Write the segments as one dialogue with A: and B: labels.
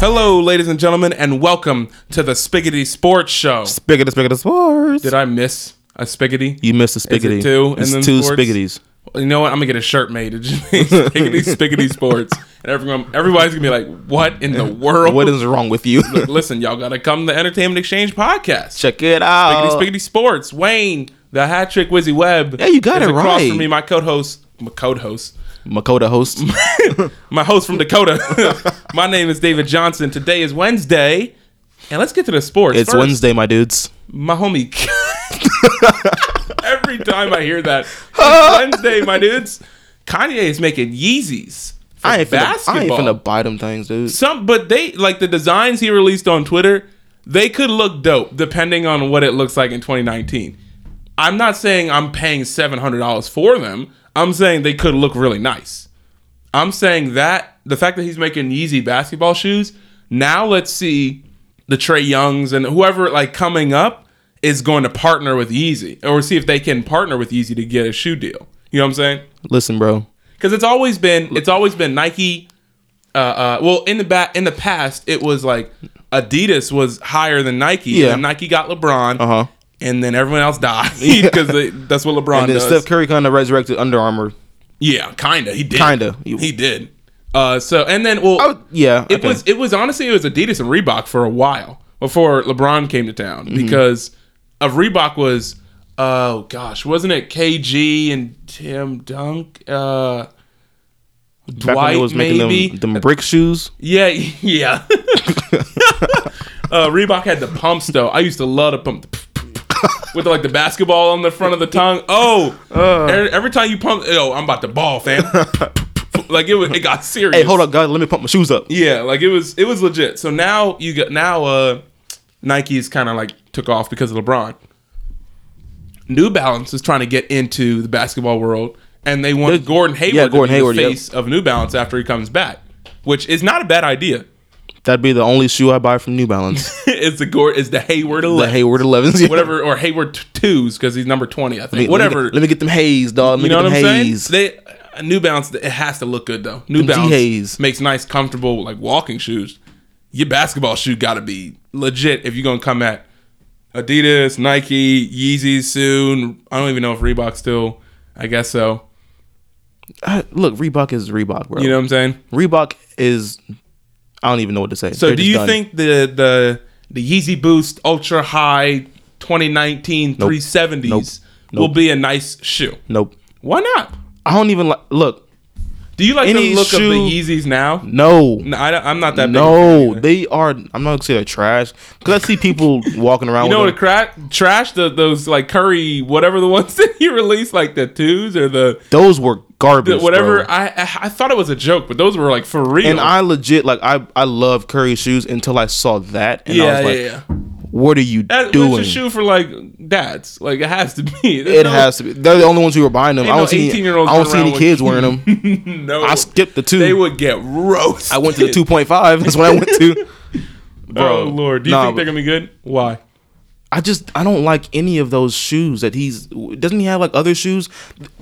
A: Hello, ladies and gentlemen, and welcome to the Spiggity Sports Show.
B: Spigot of spigot of sports.
A: Did I miss a spiggity?
B: you missed the
A: Is it
B: spiggity.
A: two and
B: It's
A: then
B: two
A: sports?
B: spiggities.
A: You know what? I'm gonna get a shirt made. It just means Spiggity Spiggity Sports, and everyone, everybody's gonna be like, "What in the world?"
B: What is wrong with you?
A: Listen, y'all gotta come to the Entertainment Exchange podcast.
B: Check it
A: Spiggity
B: out.
A: Spiggity Sports. Wayne, the hat trick Wizzy Webb.
B: Yeah, you got
A: is
B: it
A: across
B: right.
A: from me, my co-host, my co-host,
B: Makota host.
A: my host from Dakota. my name is David Johnson. Today is Wednesday, and let's get to the sports.
B: It's
A: first.
B: Wednesday, my dudes.
A: my homie. Every time I hear that, it's Wednesday, my dudes. Kanye is making Yeezys. For
B: I ain't finna,
A: basketball.
B: I ain't finna buy them things, dude.
A: Some, but they like the designs he released on Twitter. They could look dope depending on what it looks like in 2019. I'm not saying I'm paying $700 for them. I'm saying they could look really nice. I'm saying that the fact that he's making Yeezy basketball shoes, now let's see the Trey Youngs and whoever like coming up is going to partner with Yeezy or see if they can partner with Yeezy to get a shoe deal. You know what I'm saying?
B: Listen, bro.
A: because it's always been it's always been Nike. Uh, uh, well, in the back in the past, it was like Adidas was higher than Nike.
B: Yeah.
A: and Nike got LeBron,
B: Uh huh.
A: and then everyone else died because that's what LeBron
B: And then
A: does.
B: Steph Curry kind of resurrected Under Armour.
A: yeah, kinda. He did.
B: Kinda.
A: He did. Uh, so and then well,
B: Oh, yeah.
A: it
B: okay.
A: was it was honestly it was Adidas and Reebok for a while before LeBron came to town
B: Mm-hmm.
A: because of Reebok was oh gosh wasn't it KG and Tim Dunk uh
B: Back when
A: Dwight
B: they was making
A: maybe
B: them, them brick shoes.
A: yeah yeah uh, Reebok had the pumps though I used to love the pump with like the basketball on the front of the tongue oh
B: Uh.
A: every, every time you pump oh I'm about to ball fam like it was it got serious
B: Hey, hold up, guys. Let me pump my shoes up.
A: yeah, like it was it was legit. So now you got now uh Nike's kind of like took off because of LeBron. New Balance is trying to get into the basketball world and they want
B: There's-
A: Gordon Hayward
B: yeah, Gordon
A: to be
B: Hayward,
A: the
B: yep.
A: face of New Balance after he comes back, which is not a bad idea.
B: That'd be the only shoe I buy from New Balance.
A: it's the Gord is the Hayward
B: the
A: 11,
B: Hayward 11s. yeah.
A: whatever or Hayward t- 2s cuz he's number 20, I think.
B: Let me-
A: whatever.
B: Let me, get them haze, dog. Let me
A: you know what
B: get
A: I'm
B: them haze.
A: saying? They uh, New Balance it has to look good though. New
B: Them
A: Balance
B: G-Hays.
A: makes nice comfortable like walking shoes. Your basketball shoe got to be legit if you're going to come at Adidas, Nike, Yeezys soon. I don't even know if Reebok still I guess so.
B: I- look, Reebok is Reebok, bro.
A: You know what I'm saying?
B: Reebok is. I don't even know what to say.
A: So do you think the the the Yeezy Boost Ultra High 2019 370s
B: Nope.
A: will be a nice shoe?
B: Nope.
A: Why not?
B: I don't even like. Look,
A: Do you like
B: Any
A: the look of
B: shoe-
A: the Yeezys now?
B: no,
A: No, I, don't- I'm not that big of a fan
B: no,
A: either.
B: they are. I'm not gonna say they're trash because I see people walking around.
A: You know
B: with
A: what?
B: them.
A: Cra- trash the those like curry, whatever the ones that he released, like the twos or the,
B: Those were
A: the
B: garbage.
A: whatever.
B: bro.
A: I, I I thought it was a joke, but those were like for real.
B: And I legit like I I love Curry shoes until I saw that and
A: yeah,
B: I was like,
A: yeah, yeah.
B: what are you
A: That,
B: doing?
A: It's a shoe for like dads. Like it has to be. There's
B: It
A: no-
B: has to be. They're the only ones who were buying them. I
A: Ain't
B: don't
A: no
B: see. Any, I
A: 18-year-olds
B: don't
A: running
B: see any
A: around
B: kids wearing them.
A: no.
B: I skipped the two.
A: They would get roasted.
B: I went to the two point five. That's what I went to. Bro,
A: Oh lord, do you
B: nah,
A: think they're
B: but
A: gonna be good? Why?
B: I just I don't like any of those shoes that he's. Doesn't he have like other shoes?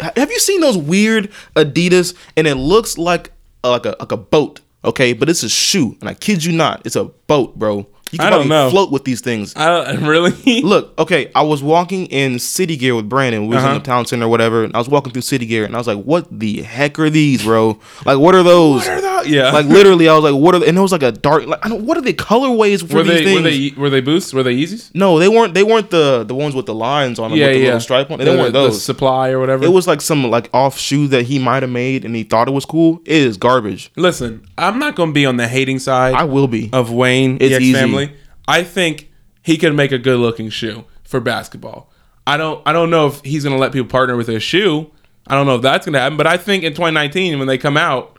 B: Ha- Have you seen those weird Adidas? And it looks like like a like a boat. Okay, but it's a shoe, and I kid you not, it's a boat, bro. You can
A: I don't
B: probably
A: know.
B: float with these things.
A: I don't, really.
B: Look, okay, I was walking in City Gear with Brandon. We was
A: Uh-huh.
B: in the town center or whatever, and I was walking through City Gear, and I was like, "What the heck are these, bro? Like, what are those?
A: What are those? Yeah.
B: like literally, I was like, "What are?" And it was like a dark. Like, I don't. What are the colorways for
A: were
B: these
A: they
B: things?
A: were they were they boosts? Were they Yeezys?
B: no, they weren't. They weren't the the ones with the lines on them.
A: Yeah,
B: with the
A: yeah.
B: little stripe on. They
A: The-
B: weren't
A: the
B: those.
A: supply or whatever.
B: it was like some like off shoe that he might have made, and he thought it was cool. It is garbage.
A: Listen, I'm not gonna be on the hating side.
B: I will be.
A: of Wayne
B: It's
A: the X
B: easy.
A: family, I think he could make a good looking shoe for basketball. I don't I don't know if he's gonna let people partner with his shoe. I don't know if that's gonna happen, but I think in 2019 when they come out,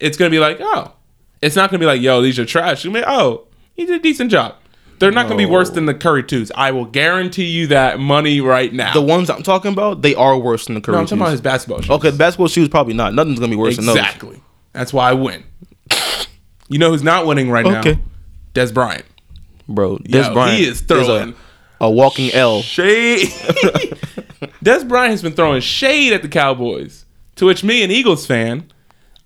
A: it's gonna be like oh, it's not gonna be like yo these are trash. You mean oh he did a decent job. They're not gonna be worse than the Curry twos. I will guarantee you that money right now.
B: the ones I'm talking about, they are worse than the Curry
A: I'm talking about
B: shoes.
A: his basketball shoes.
B: Okay, basketball shoes probably not. Nothing's gonna be worse than those.
A: exactly. That's why I win. You know who's not winning right now?
B: Okay.
A: Des Bryant.
B: bro. Des
A: Yo,
B: Bryant
A: he is
B: a-
A: throwing.
B: a, walking L.
A: Shade. Des Bryant has been throwing shade at the Cowboys, to which me, an Eagles fan,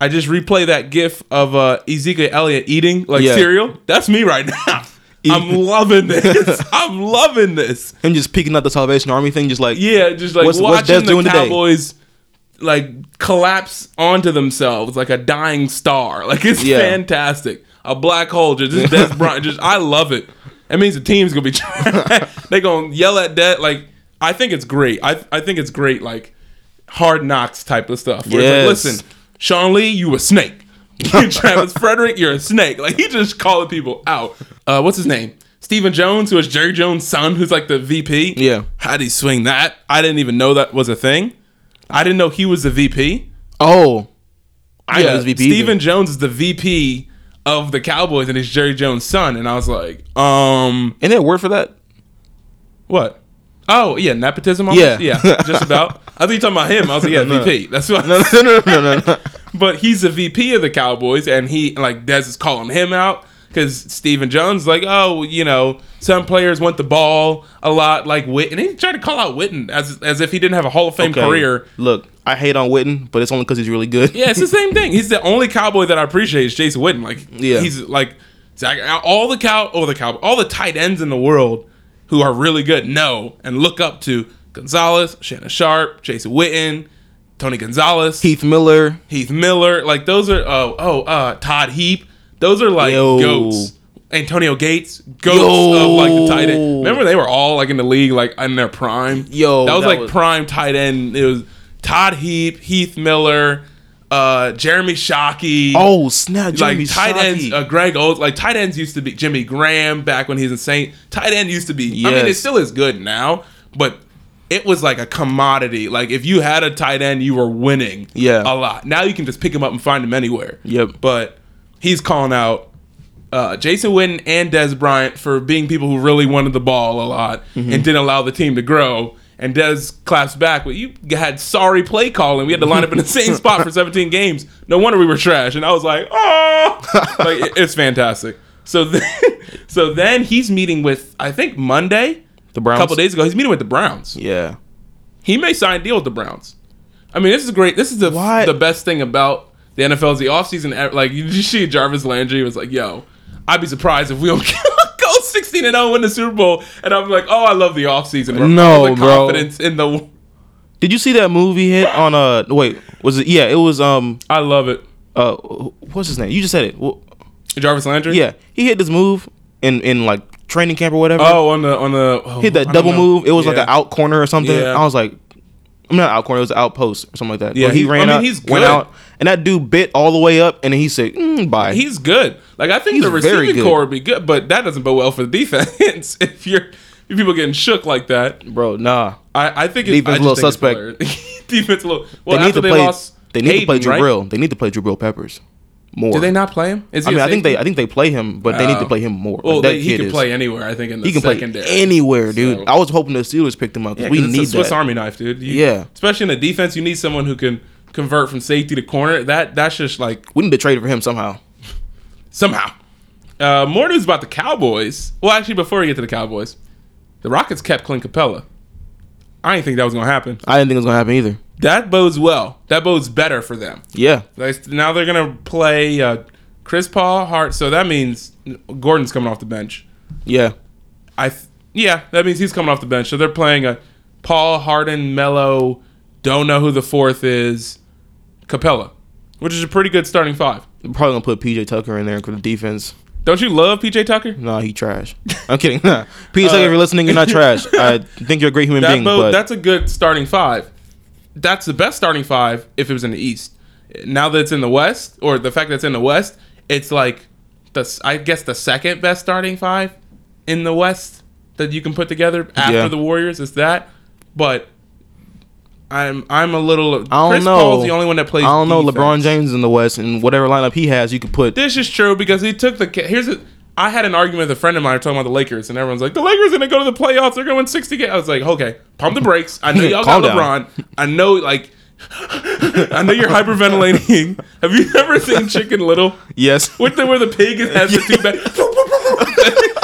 A: I just replay that gif of uh, Ezekiel Elliott eating like
B: Yeah.
A: cereal. That's me right now. I'm loving this. I'm loving this.
B: Him just picking up the Salvation Army thing, just like
A: Yeah, just like
B: What's- what's
A: watching
B: Dez doing
A: the
B: today?
A: Cowboys like collapse onto themselves like a dying star. Like it's
B: Yeah.
A: fantastic. A black hole just just Des Bryant. Just I love it. That means the team's gonna be they gonna yell at that. Like I think it's great. I I think it's great. Like hard knocks type of stuff. Where it's
B: Yes.
A: like, Listen, Sean Lee, you a snake. Travis Frederick, you're a snake. Like he just calling people out. Uh, what's his name? Stephen Jones, who is Jerry Jones' son, who's like the VP.
B: Yeah.
A: How would he swing that? I didn't even know that was a thing. I didn't know he was the VP.
B: oh
A: I
B: Yeah, he was VP either.
A: Stephen Jones is the VP of the Cowboys and it's Jerry Jones' son. And I was like, um,
B: Ain't there a word for that?
A: what? Oh, yeah, nepotism almost?
B: Yeah.
A: just about. I think you're talking about him. I was like, yeah, VP. That's what
B: No, no, no, no, no, no.
A: But he's the VP of the Cowboys, and he like Des is calling him out because Stephen Jones is like, oh, you know, some players want the ball a lot, like Witten. And he tried to call out Witten as as if he didn't have a Hall of Fame
B: Okay.
A: career.
B: Look, I hate on Witten, but it's only because he's really good.
A: Yeah, it's the same thing. He's the only Cowboy that I appreciate is Jason Witten. Like,
B: Yeah.
A: he's like Zach, all the cow, oh the cow, all the tight ends in the world who are really good know and look up to Gonzalez, Shannon Sharp, Jason Witten, Tony Gonzalez.
B: Heath Miller.
A: Heath Miller, like those are oh oh uh Todd Heap, those are like
B: Yo.
A: goats. Antonio Gates, goats of like the tight end. Remember they were all like in the league like in their prime.
B: Yo,
A: that was
B: that
A: like
B: was-
A: prime tight end. It was Todd Heap, Heath Miller, uh Jeremy Shockey.
B: Oh snap!
A: Like
B: Jimmy
A: tight ends,
B: Shockey.
A: uh, Greg Olds. Like tight ends used to be Jimmy Graham back when he's insane. Tight end used to be. I mean, it
B: Yes.
A: still is good now, but it was like a commodity. Like if you had a tight end, you were winning.
B: Yeah.
A: a lot. Now you can just pick him up and find him anywhere.
B: Yep.
A: But he's calling out uh, Jason Witten and Des Bryant for being people who really wanted the ball a lot
B: Mm-hmm.
A: and didn't allow the team to grow. And Des claps back, well, you had sorry play calling. We had to line up in the same spot for 17 games. No wonder we were trash. And I was like, oh, like, it- it's fantastic. So then, so then he's meeting with, I think Monday,
B: the Browns.
A: a couple days ago, he's meeting with the Browns.
B: Yeah.
A: He may sign a deal with the Browns. I mean, this is great. This is the
B: What?
A: the best thing about the NFL is the offseason. ev- Like you just see Jarvis Landry was like, "Yo, I'd be surprised if we don't go 16 and 0 win the Super Bowl." And I'm like, "Oh, I love the offseason." Bro.
B: No,
A: All the
B: bro.
A: confidence in the
B: Did you see that movie hit on uh wait was it yeah it was um
A: I love it.
B: uh what's his name you just said it well,
A: Jarvis Landry.
B: yeah he hit this move in in like training camp or whatever
A: Oh, on the on the oh,
B: hit
A: I
B: that
A: don't
B: double
A: know.
B: move it was like
A: Yeah.
B: an out corner or something
A: Yeah.
B: I was like I'm not out corner it was out post or something like that
A: Yeah,
B: But he,
A: he- I
B: ran
A: mean,
B: out
A: he's
B: went
A: good.
B: out and that dude bit all the way up and then he said mm, bye
A: He's good. Like I think
B: He's
A: the
B: very
A: receiving
B: good.
A: core would be good, but that doesn't bode well for the defense if you're if people getting shook like that.
B: bro nah
A: I, I think it,
B: Defense
A: I just
B: a little
A: think it's
B: suspect.
A: hilarious. defense a little. Well,
B: they need
A: after
B: to
A: they
B: play
A: lost,
B: they need to play
A: Hayden, right?
B: Jabril they need to play Jabril Peppers more
A: Did they not play him? Is
B: I
A: he a
B: mean I think
A: safety?
B: they I think they play him but they need to play him more
A: Well,
B: Like, that
A: they, he
B: kid
A: can
B: is-
A: play anywhere. I think in the
B: He can play
A: secondary.
B: anywhere, dude.
A: So-
B: I was hoping the Steelers picked him up. 'cause
A: Yeah, 'cause
B: we
A: it's a
B: need
A: Swiss
B: that.
A: Army knife, dude. You-
B: Yeah.
A: especially in the defense, you need someone who can convert from safety to corner. That that's just like
B: We need to trade for him somehow.
A: somehow. Uh, more news about the Cowboys. Well, actually, before we get to the Cowboys, the Rockets kept Clint Capella. I didn't think that was gonna happen.
B: I didn't think it was gonna happen either.
A: That bodes well. That bodes better for them.
B: Yeah,
A: Like, now they're gonna play uh, Chris Paul, Hart. So that means Gordon's coming off the bench.
B: yeah,
A: I th- yeah, that means he's coming off the bench. So they're playing a Paul Harden, Mello, don't know who the fourth is, Capella, which is a pretty good starting five.
B: I'm probably gonna put PJ Tucker in there for the defense.
A: Don't you love PJ Tucker?
B: Nah, he trash. I'm kidding. PJ Tucker, if you're listening, you're not trash. I think you're a great human
A: Uh, That
B: being.
A: bo-
B: but
A: that's a good starting five. That's the best starting five if it was in the East. Now that it's in the West, or the fact that it's in the West, it's like the s- I guess the second best starting five in the West that you can put together after
B: Yeah.
A: the Warriors is that. But I'm I'm a little.
B: I don't
A: Chris
B: know.
A: Paul's the only one that plays.
B: I don't know.
A: defense.
B: LeBron James in the West and whatever lineup he has, you could put.
A: This is true because he took the. ca- Here's a. I had an argument with a friend of mine talking about the Lakers, and everyone's like, "The Lakers gonna go to the playoffs. They're going 60 games." I was like, "Okay, pump the brakes. I know y'all
B: Calm
A: got
B: down.
A: LeBron. I know like, I know you're hyperventilating. Have you ever seen Chicken Little?
B: Yes.
A: With the where the pig has the two back.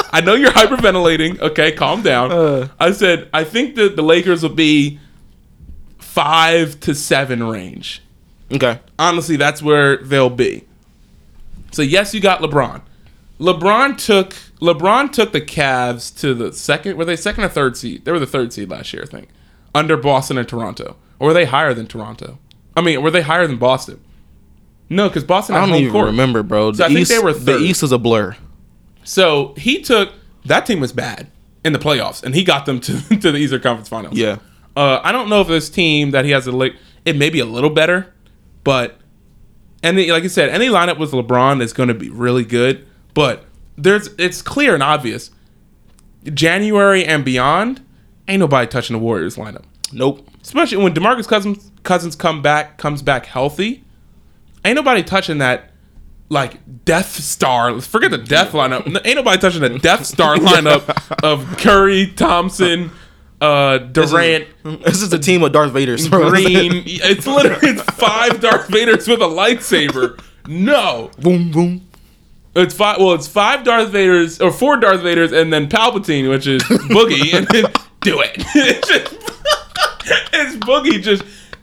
A: I know you're hyperventilating. Okay, calm down.
B: Uh.
A: I said I think that the Lakers will be five to seven range.
B: Okay.
A: honestly, that's where they'll be. So yes, you got LeBron. LeBron took LeBron took the Cavs to the second. Were they second or third seed? They were the third seed last year, I think, under Boston and Toronto. Or were they higher than Toronto? I mean, were they higher than Boston? No, because Boston.
B: I
A: had
B: don't
A: home
B: even
A: court.
B: remember, bro. The
A: So I think
B: East,
A: they were
B: the
A: third.
B: East is a blur.
A: So he took that team was bad in the playoffs, and he got them to, to the Eastern Conference Finals.
B: Yeah.
A: Uh, I don't know if this team that he has a li- it may be a little better, but any like I said, any lineup with LeBron is going to be really good. But there's it's clear and obvious. January and beyond, ain't nobody touching the Warriors lineup,
B: Nope.
A: especially when Demarcus Cousins Cousins come back comes back healthy. Ain't nobody touching that. Like Death Star, forget the Death lineup. Ain't nobody touching the Death Star lineup of Curry, Thompson, uh, Durant,
B: This is a team of Darth Vader's. bro.
A: green. It's literally it's five Darth Vaders with a lightsaber. No,
B: boom, boom.
A: it's five. Well, it's five Darth Vaders or four Darth Vaders, and then Palpatine, which is Boogie, and then do it. it's, just, it's Boogie just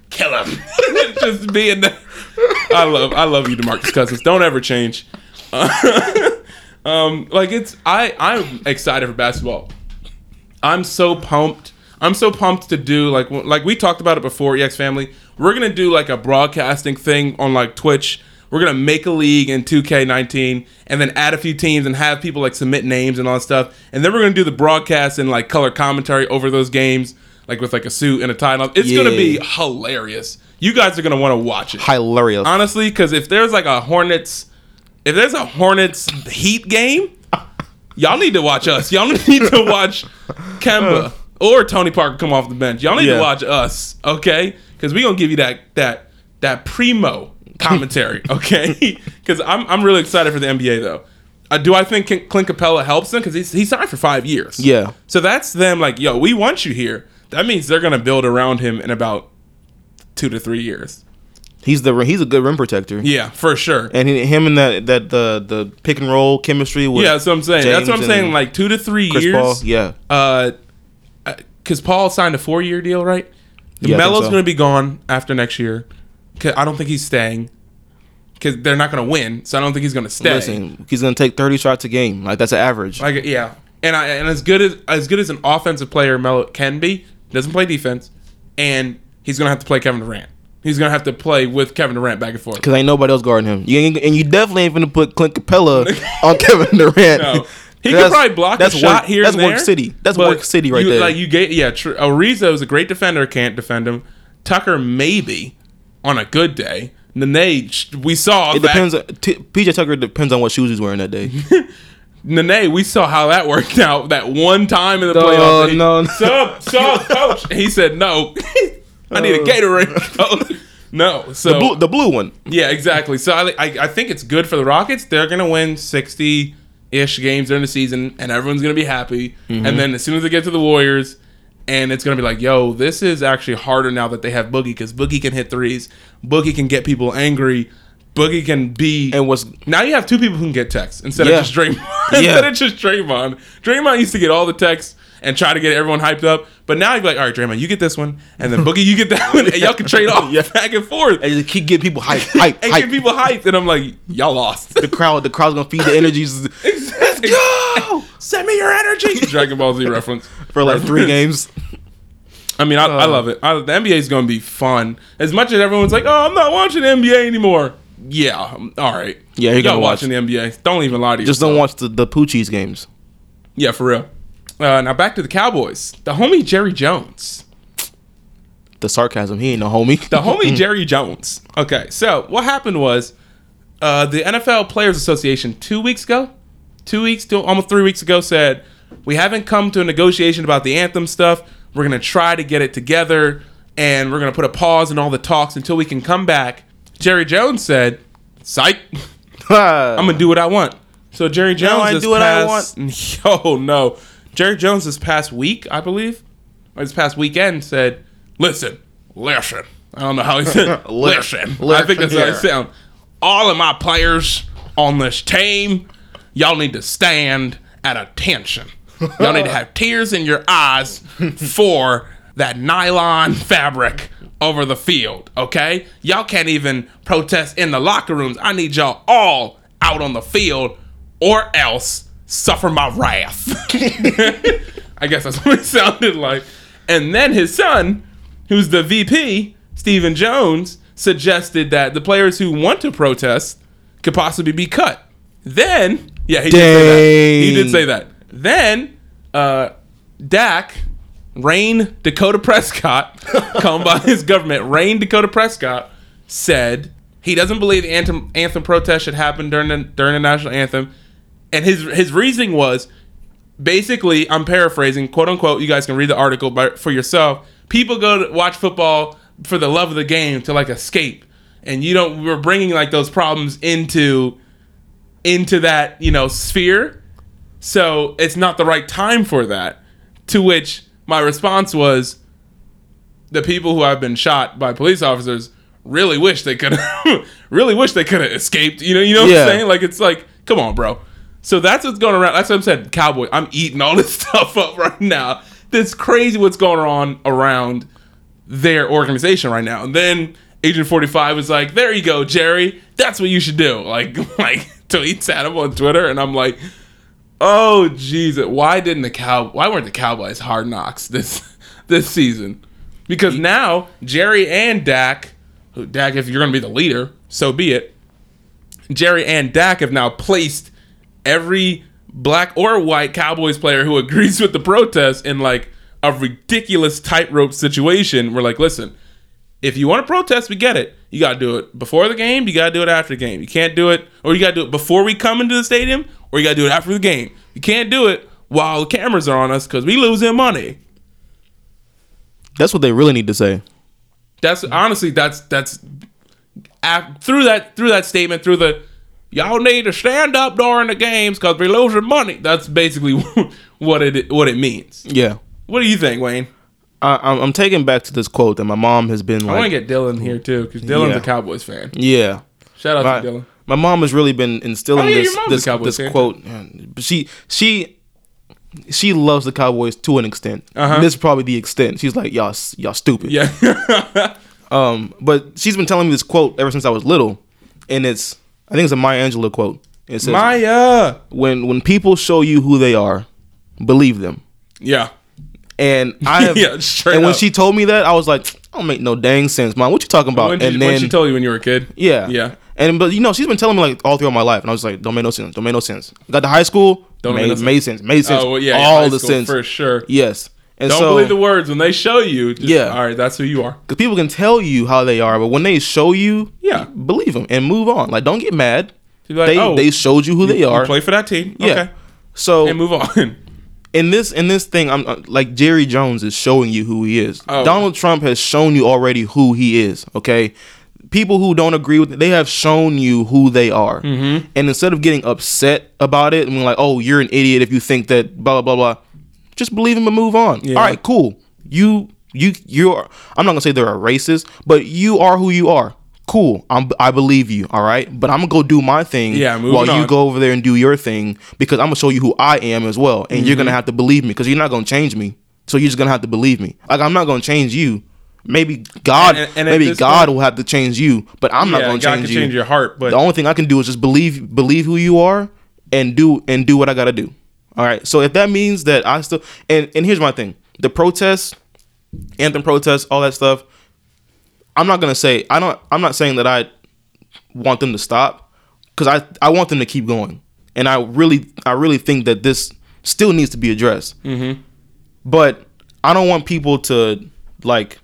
A: kill him. it's just being there. I love, I love you, Demarcus Cousins. Don't ever change. um, like it's, I, I'm excited for basketball. I'm so pumped. I'm so pumped to do like like we talked about it before. Ex family, we're gonna do like a broadcasting thing on like Twitch. We're gonna make a league in 2K19 and then add a few teams and have people like submit names and all that stuff. And then we're gonna do the broadcast and like color commentary over those games, like with like a suit and a tie. And all. It's gonna be hilarious. You guys are gonna want to watch it
B: Hilarious.
A: honestly, because if there's like a Hornets, if there's a Hornets Heat game, y'all need to watch us. Y'all need to watch Kemba or Tony Parker come off the bench. Y'all need
B: Yeah.
A: to watch us, okay? Because we gonna give you that that that primo commentary, okay? Because I'm I'm really excited for the NBA though. Uh, do I think Clin- Clint Capella helps them? Because he signed for five years.
B: Yeah.
A: So that's them like, yo, we want you here. That means they're gonna build around him in about two to three years.
B: He's the he's a good rim protector.
A: Yeah, for sure.
B: And he, him and that that the the pick and roll chemistry with
A: Yeah, that's what I'm saying. that's what I'm
B: James
A: saying.
B: and
A: Like two to three
B: Chris
A: years.
B: Paul. Yeah.
A: Uh, because Paul signed a four-year deal, right?
B: Yeah, I think
A: Melo's
B: so.
A: going to be gone after next year. 'Cause I don't think he's staying. Because they're not going to win, so I don't think he's going to stay.
B: Listen, he's gonna take thirty shots a game. Like that's an average.
A: Like yeah, and I and as good as as good as an offensive player Melo can be, doesn't play defense, and he's going to have to play Kevin Durant. He's going to have to play with Kevin Durant back and forth.
B: Cause ain't nobody else guarding him. You ain't, and you definitely ain't gonna put Clint Capella on Kevin Durant.
A: No. He
B: That's-
A: could probably block
B: that's
A: a shot
B: work,
A: here.
B: That's
A: and
B: work
A: there,
B: city. That's
A: but
B: work city right
A: you,
B: there.
A: Like you get, yeah. Tr- Ariza is a great defender. Can't defend him. Tucker maybe on a good day. Nene, sh- we saw.
B: it
A: that-
B: depends. on- T- PJ Tucker depends on what shoes he's wearing that day.
A: Nene, we saw how that worked out that one time in the
B: Oh,
A: playoffs. He-
B: no, no.
A: Sub, sub, coach. He said no. I need a
B: Oh.
A: Gatorade. coach." no. So
B: The blue, the blue one.
A: Yeah, exactly. So I, I, I think it's good for the Rockets. They're going to win 60 ish games during the season, and everyone's going to be happy.
B: Mm-hmm.
A: And then as soon as they get to the Warriors, and it's going to be like, yo, this is actually harder now that they have Boogie because Boogie can hit threes, Boogie can get people angry, Boogie can be.
B: And what's
A: now you have two people who can get texts instead
B: Yeah.
A: of just Draymond.
B: Yeah.
A: instead of just Draymond. Draymond used to get all the texts and try to get everyone hyped up, but now you're like, all right, Draymond, you get this one, and then Boogie, you get that one, and y'all can trade off
B: Yeah.
A: back and forth
B: I just keep getting people hype, hype,
A: and
B: hype.
A: get people hyped. And I'm like, y'all lost.
B: the crowd, the crowd's gonna feed the energies
A: Let's
B: go!
A: Send me your energy. Dragon Ball Z reference.
B: for like three games. Uh.
A: I mean, I, I love it. I, the NBA is going to be fun. As much as everyone's like, oh, I'm not watching the NBA anymore. Yeah, um, all right.
B: Yeah, you're gonna
A: not
B: watch.
A: watching the NBA. Don't even lie to yourself.
B: Just don't watch the the Poochies games.
A: Yeah, for real. Uh, now back to the Cowboys. The homie Jerry Jones.
B: The sarcasm. He ain't no homie.
A: The homie Jerry Jones. Okay, so what happened was uh, the NFL Players Association two weeks ago, two weeks, two, almost three weeks ago, said we haven't come to a negotiation about the anthem stuff. We're gonna try to get it together, and we're gonna put a pause in all the talks until we can come back. Jerry Jones said, "Psych, I'm
B: I'm
A: gonna do what I want." So Jerry Jones,
B: I
A: this
B: do what I
A: past- Yo, no, Jerry Jones this past week, I believe, or this past weekend, said, "Listen, listen." I don't know how he said, "Listen." I
B: Listen
A: think that's how
B: here.
A: he sound. All of my players on this team, y'all need to stand at attention. Y'all need to have tears in your eyes for that nylon fabric over the field, okay? Y'all can't even protest in the locker rooms. I need y'all all out on the field or else suffer my wrath. I guess that's what it sounded like. And then his son, who's the VP, Stephen Jones, suggested that the players who want to protest could possibly be cut. Then, yeah, he did say that. He did
B: Dang.
A: say that. Then, uh, Dak, Rain Dakota Prescott, come by his government, Rain Dakota Prescott said he doesn't believe anthem anthem protest should happen during the, during the national anthem, and his his reasoning was basically I'm paraphrasing, quote unquote. You guys can read the article by, for yourself. People go to watch football for the love of the game to like escape, and you don't. We're bringing like those problems into into that you know sphere so it's not the right time for that. To which my response was, the people who have been shot by police officers really wish they could, really wish they could have escaped. You know, you know
B: Yeah.
A: what I'm saying? Like it's like, come on, bro. So that's what's going around. That's what I'm saying, cowboy. I'm eating all this stuff up right now. That's crazy what's going on around their organization right now. And then Agent 45 is like, there you go, Jerry. That's what you should do. Like, like tweets at him on Twitter. And I'm like, Oh Jesus! Why didn't the cow? Why weren't the Cowboys hard knocks this this season? Because now Jerry and Dak, who Dak, if you're going to be the leader, so be it. Jerry and Dak have now placed every black or white Cowboys player who agrees with the protest in like a ridiculous tightrope situation. We're like, listen, if you want to protest, we get it. You got to do it before the game, you got to do it after the game. You can't do it, or you got to do it before we come into the stadium, or you got to do it after the game. You can't do it while the cameras are on us because we losing money.
B: That's what they really need to say.
A: That's honestly, that's that's af- through that through that statement through the y'all need to stand up during the games because we losing money. That's basically what it what it means.
B: Yeah.
A: What do you think, Wayne?
B: I, I'm, I'm taken back to this quote that my mom has been
A: I
B: like,
A: want to get Dylan here too because Dylan's
B: Yeah.
A: a Cowboys fan.
B: yeah.
A: Shout out
B: My,
A: to Dylan.
B: my mom has really been instilling
A: Oh, yeah, your
B: this
A: mom's a
B: this,
A: Cowboys
B: this
A: fan.
B: quote. She she she loves the Cowboys to an extent.
A: Uh-huh.
B: This is probably the extent. She's like y'all s- y'all stupid.
A: Yeah.
B: Um, but she's been telling me this quote ever since I was little, and it's I think it's a Maya Angelou quote. It says,
A: Maya.
B: "When when people show you who they are, believe them."
A: Yeah.
B: And I have,
A: Yeah, straight
B: and when
A: up.
B: she told me that, I was like, "I don't make no dang sense, mom. What you talking about?"
A: When
B: Oh, and
A: did,
B: then
A: when she told you when you were a kid?
B: yeah,
A: Yeah.
B: And but you know, she's been telling me like all throughout my life, and I was like, "Don't make no sense. Don't make no sense." Got to high school,
A: Don't make
B: made,
A: no sense.
B: made sense, made sense,
A: Oh, well, yeah.
B: all
A: high
B: the
A: school,
B: sense.
A: For sure.
B: Yes, and
A: Don't
B: so
A: believe the words when they show you. Just,
B: Yeah.
A: All right, that's who you are.
B: because people can tell you how they are, but when they show you,
A: Yeah.
B: believe them and move on. Like, don't get mad.
A: Be like,
B: they
A: oh,
B: they showed you who they
A: You
B: are.
A: play for that team.
B: yeah.
A: Okay.
B: So
A: And move on.
B: in this in this thing, I'm uh, like Jerry Jones is showing you who he is.
A: Oh.
B: Donald Trump has shown you already who he is. Okay, people who don't agree with it, they have shown you who they are. Mm-hmm. And instead of getting upset about it and being like, "Oh, you're an idiot if you think that," blah blah blah blah, just believe him and move on. All right, cool. You you you are. I'm not gonna say they're a racist, but you are who you are. Cool. I'm, I believe you. All right, but I'm gonna go do my thing
A: Yeah, moving
B: while
A: on.
B: you go over there and do your thing because I'm gonna show you who I am as well, and you're gonna
A: Mm-hmm.
B: have to believe me because you're not gonna change me. So you're just gonna have to believe me. Like I'm not gonna change you. Maybe God,
A: And- and at
B: maybe
A: this
B: God will have to change you, but I'm not
A: yeah,
B: gonna
A: God
B: change
A: can
B: you.
A: change your heart, but
B: the only thing I can do is just believe believe who you are and do and do what I gotta do. All right. So if that means that I still and and here's my thing: the protests, anthem protests, all that stuff. I'm not gonna say I don't. I'm not saying that I want them to stop because I I want them to keep going, and I really I really think that this still needs to be addressed. Mm-hmm. But I don't want people to like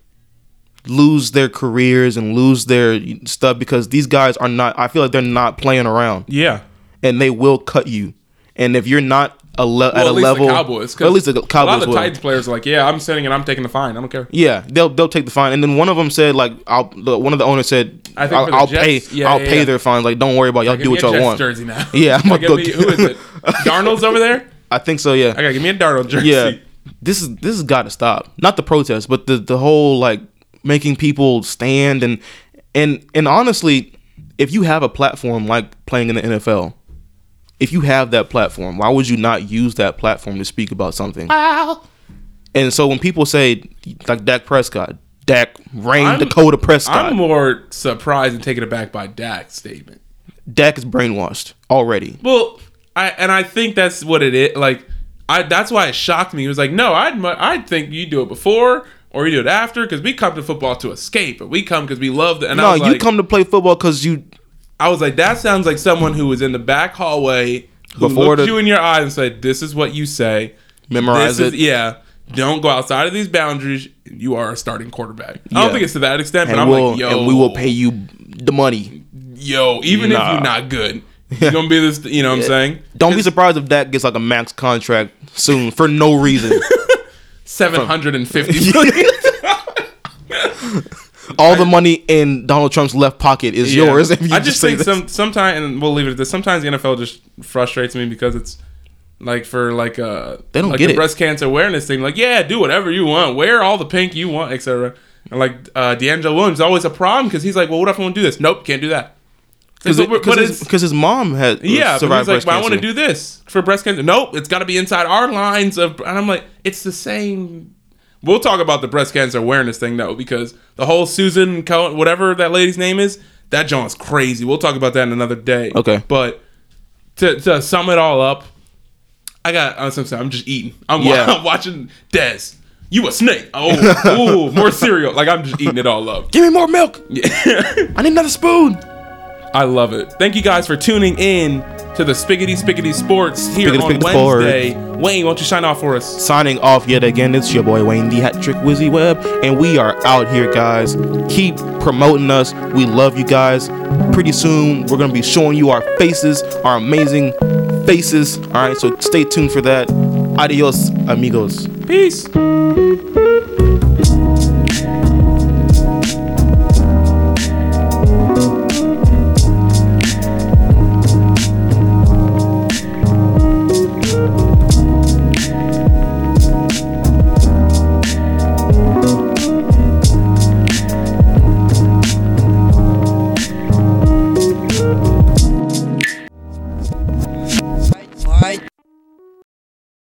B: lose their careers and lose their stuff because these guys are not. I feel like they're not playing around,
A: yeah.
B: and they will cut you. And if you're not a le-
A: Well,
B: at a level,
A: the Cowboys. 'cause
B: at least the Cowboys
A: A lot of
B: will.
A: the Titans players are like, yeah, I'm sitting and I'm taking the fine. I don't care.
B: Yeah, they'll they'll take the fine, and then one of them said like, "I'll." The, one of the owners said,
A: I
B: "I
A: think for
B: will
A: the
B: I'll
A: Jets,
B: pay,
A: yeah,
B: I'll
A: yeah,
B: pay
A: yeah.
B: their fines. Like, don't worry about it. y'all
A: Give
B: do
A: me
B: what
A: a
B: y'all
A: Jets
B: want."
A: jersey now.
B: Yeah, I'm
A: Like,
B: gonna go
A: give me-
B: get-
A: Who is it? Darnold's over there.
B: I think so. Yeah,
A: I gotta give me a Darnold jersey.
B: yeah. This is this has got to stop. Not the protest, but the the whole like making people stand and and and honestly, if you have a platform like playing in the NFL, if you have that platform, why would you not use that platform to speak about something? And so when people say like Dak Prescott, Dak rain
A: I'm-
B: Dakota Prescott.
A: I'm more surprised and taken aback by Dak's statement.
B: Dak is brainwashed already.
A: Well, I and I think that's what it is. Like, I that's why it shocked me. It was like, no, I'd mu- I'd think you do it before or you do it after because we come to football to escape, and we come because we love it. And I
B: No,
A: was
B: you
A: like,
B: come to play football because you
A: I was like, that sounds like someone who was in the back hallway who
B: Before
A: looked
B: the-
A: you in your eyes and said, "This is what you say.
B: memorize
A: This is
B: it.
A: yeah." Don't go outside of these boundaries. You are a starting quarterback. I
B: Yeah.
A: don't think it's to that extent, but
B: and,
A: I'm
B: we'll,
A: like, yo,
B: and we will pay you the money.
A: yo, even if
B: Nah.
A: you're not good, you're gonna be this. You know what I'm saying?
B: Don't be surprised if Dak gets like a max contract soon for no reason.
A: Seven hundred and fifty million.
B: All the money in Donald Trump's left pocket is
A: Yeah.
B: yours. If you
A: I just
B: say
A: think
B: this.
A: some sometimes, and we'll leave it at this. Sometimes the NFL just frustrates me because it's like for like uh
B: They don't
A: like
B: get
A: the
B: it.
A: breast cancer awareness thing. Like yeah, do whatever you want, wear all the pink you want, etc. And like uh D'Angelo Williams, always a problem because he's like, well, what if I want to do this? Nope, can't do that.
B: because
A: But- but
B: his,
A: it's-
B: 'cause his mom had uh,
A: yeah, but
B: survived breast
A: he's like, well, I
B: cancer.
A: want to do this for breast cancer. Nope, it's got to be inside our lines of. And I'm like, it's the same. We'll talk about the breast cancer awareness thing though, because the whole Susan Cohen, whatever that lady's name is, that John's crazy. We'll talk about that in another day.
B: Okay.
A: but to, to sum it all up, I got. I'm, sorry, I'm just eating. I'm, wa-
B: Yeah.
A: I'm watching Des. You a snake? Oh, ooh, more cereal. Like I'm just eating it all up.
B: Give me more milk. I need another spoon.
A: I love it. Thank you guys for tuning in to the Spiggity Spiggity Sports here
B: Spiggity
A: on
B: Spiggity
A: Wednesday. Wayne, won't you shine off for us?
B: Signing off yet again. It's your boy Wayne the Hat Trick Wizzy Web, and we are out here, guys. Keep promoting us. We love you guys. Pretty soon, we're gonna be showing you our faces, our amazing faces. All right, so stay tuned for that. Adios, amigos.
A: Peace.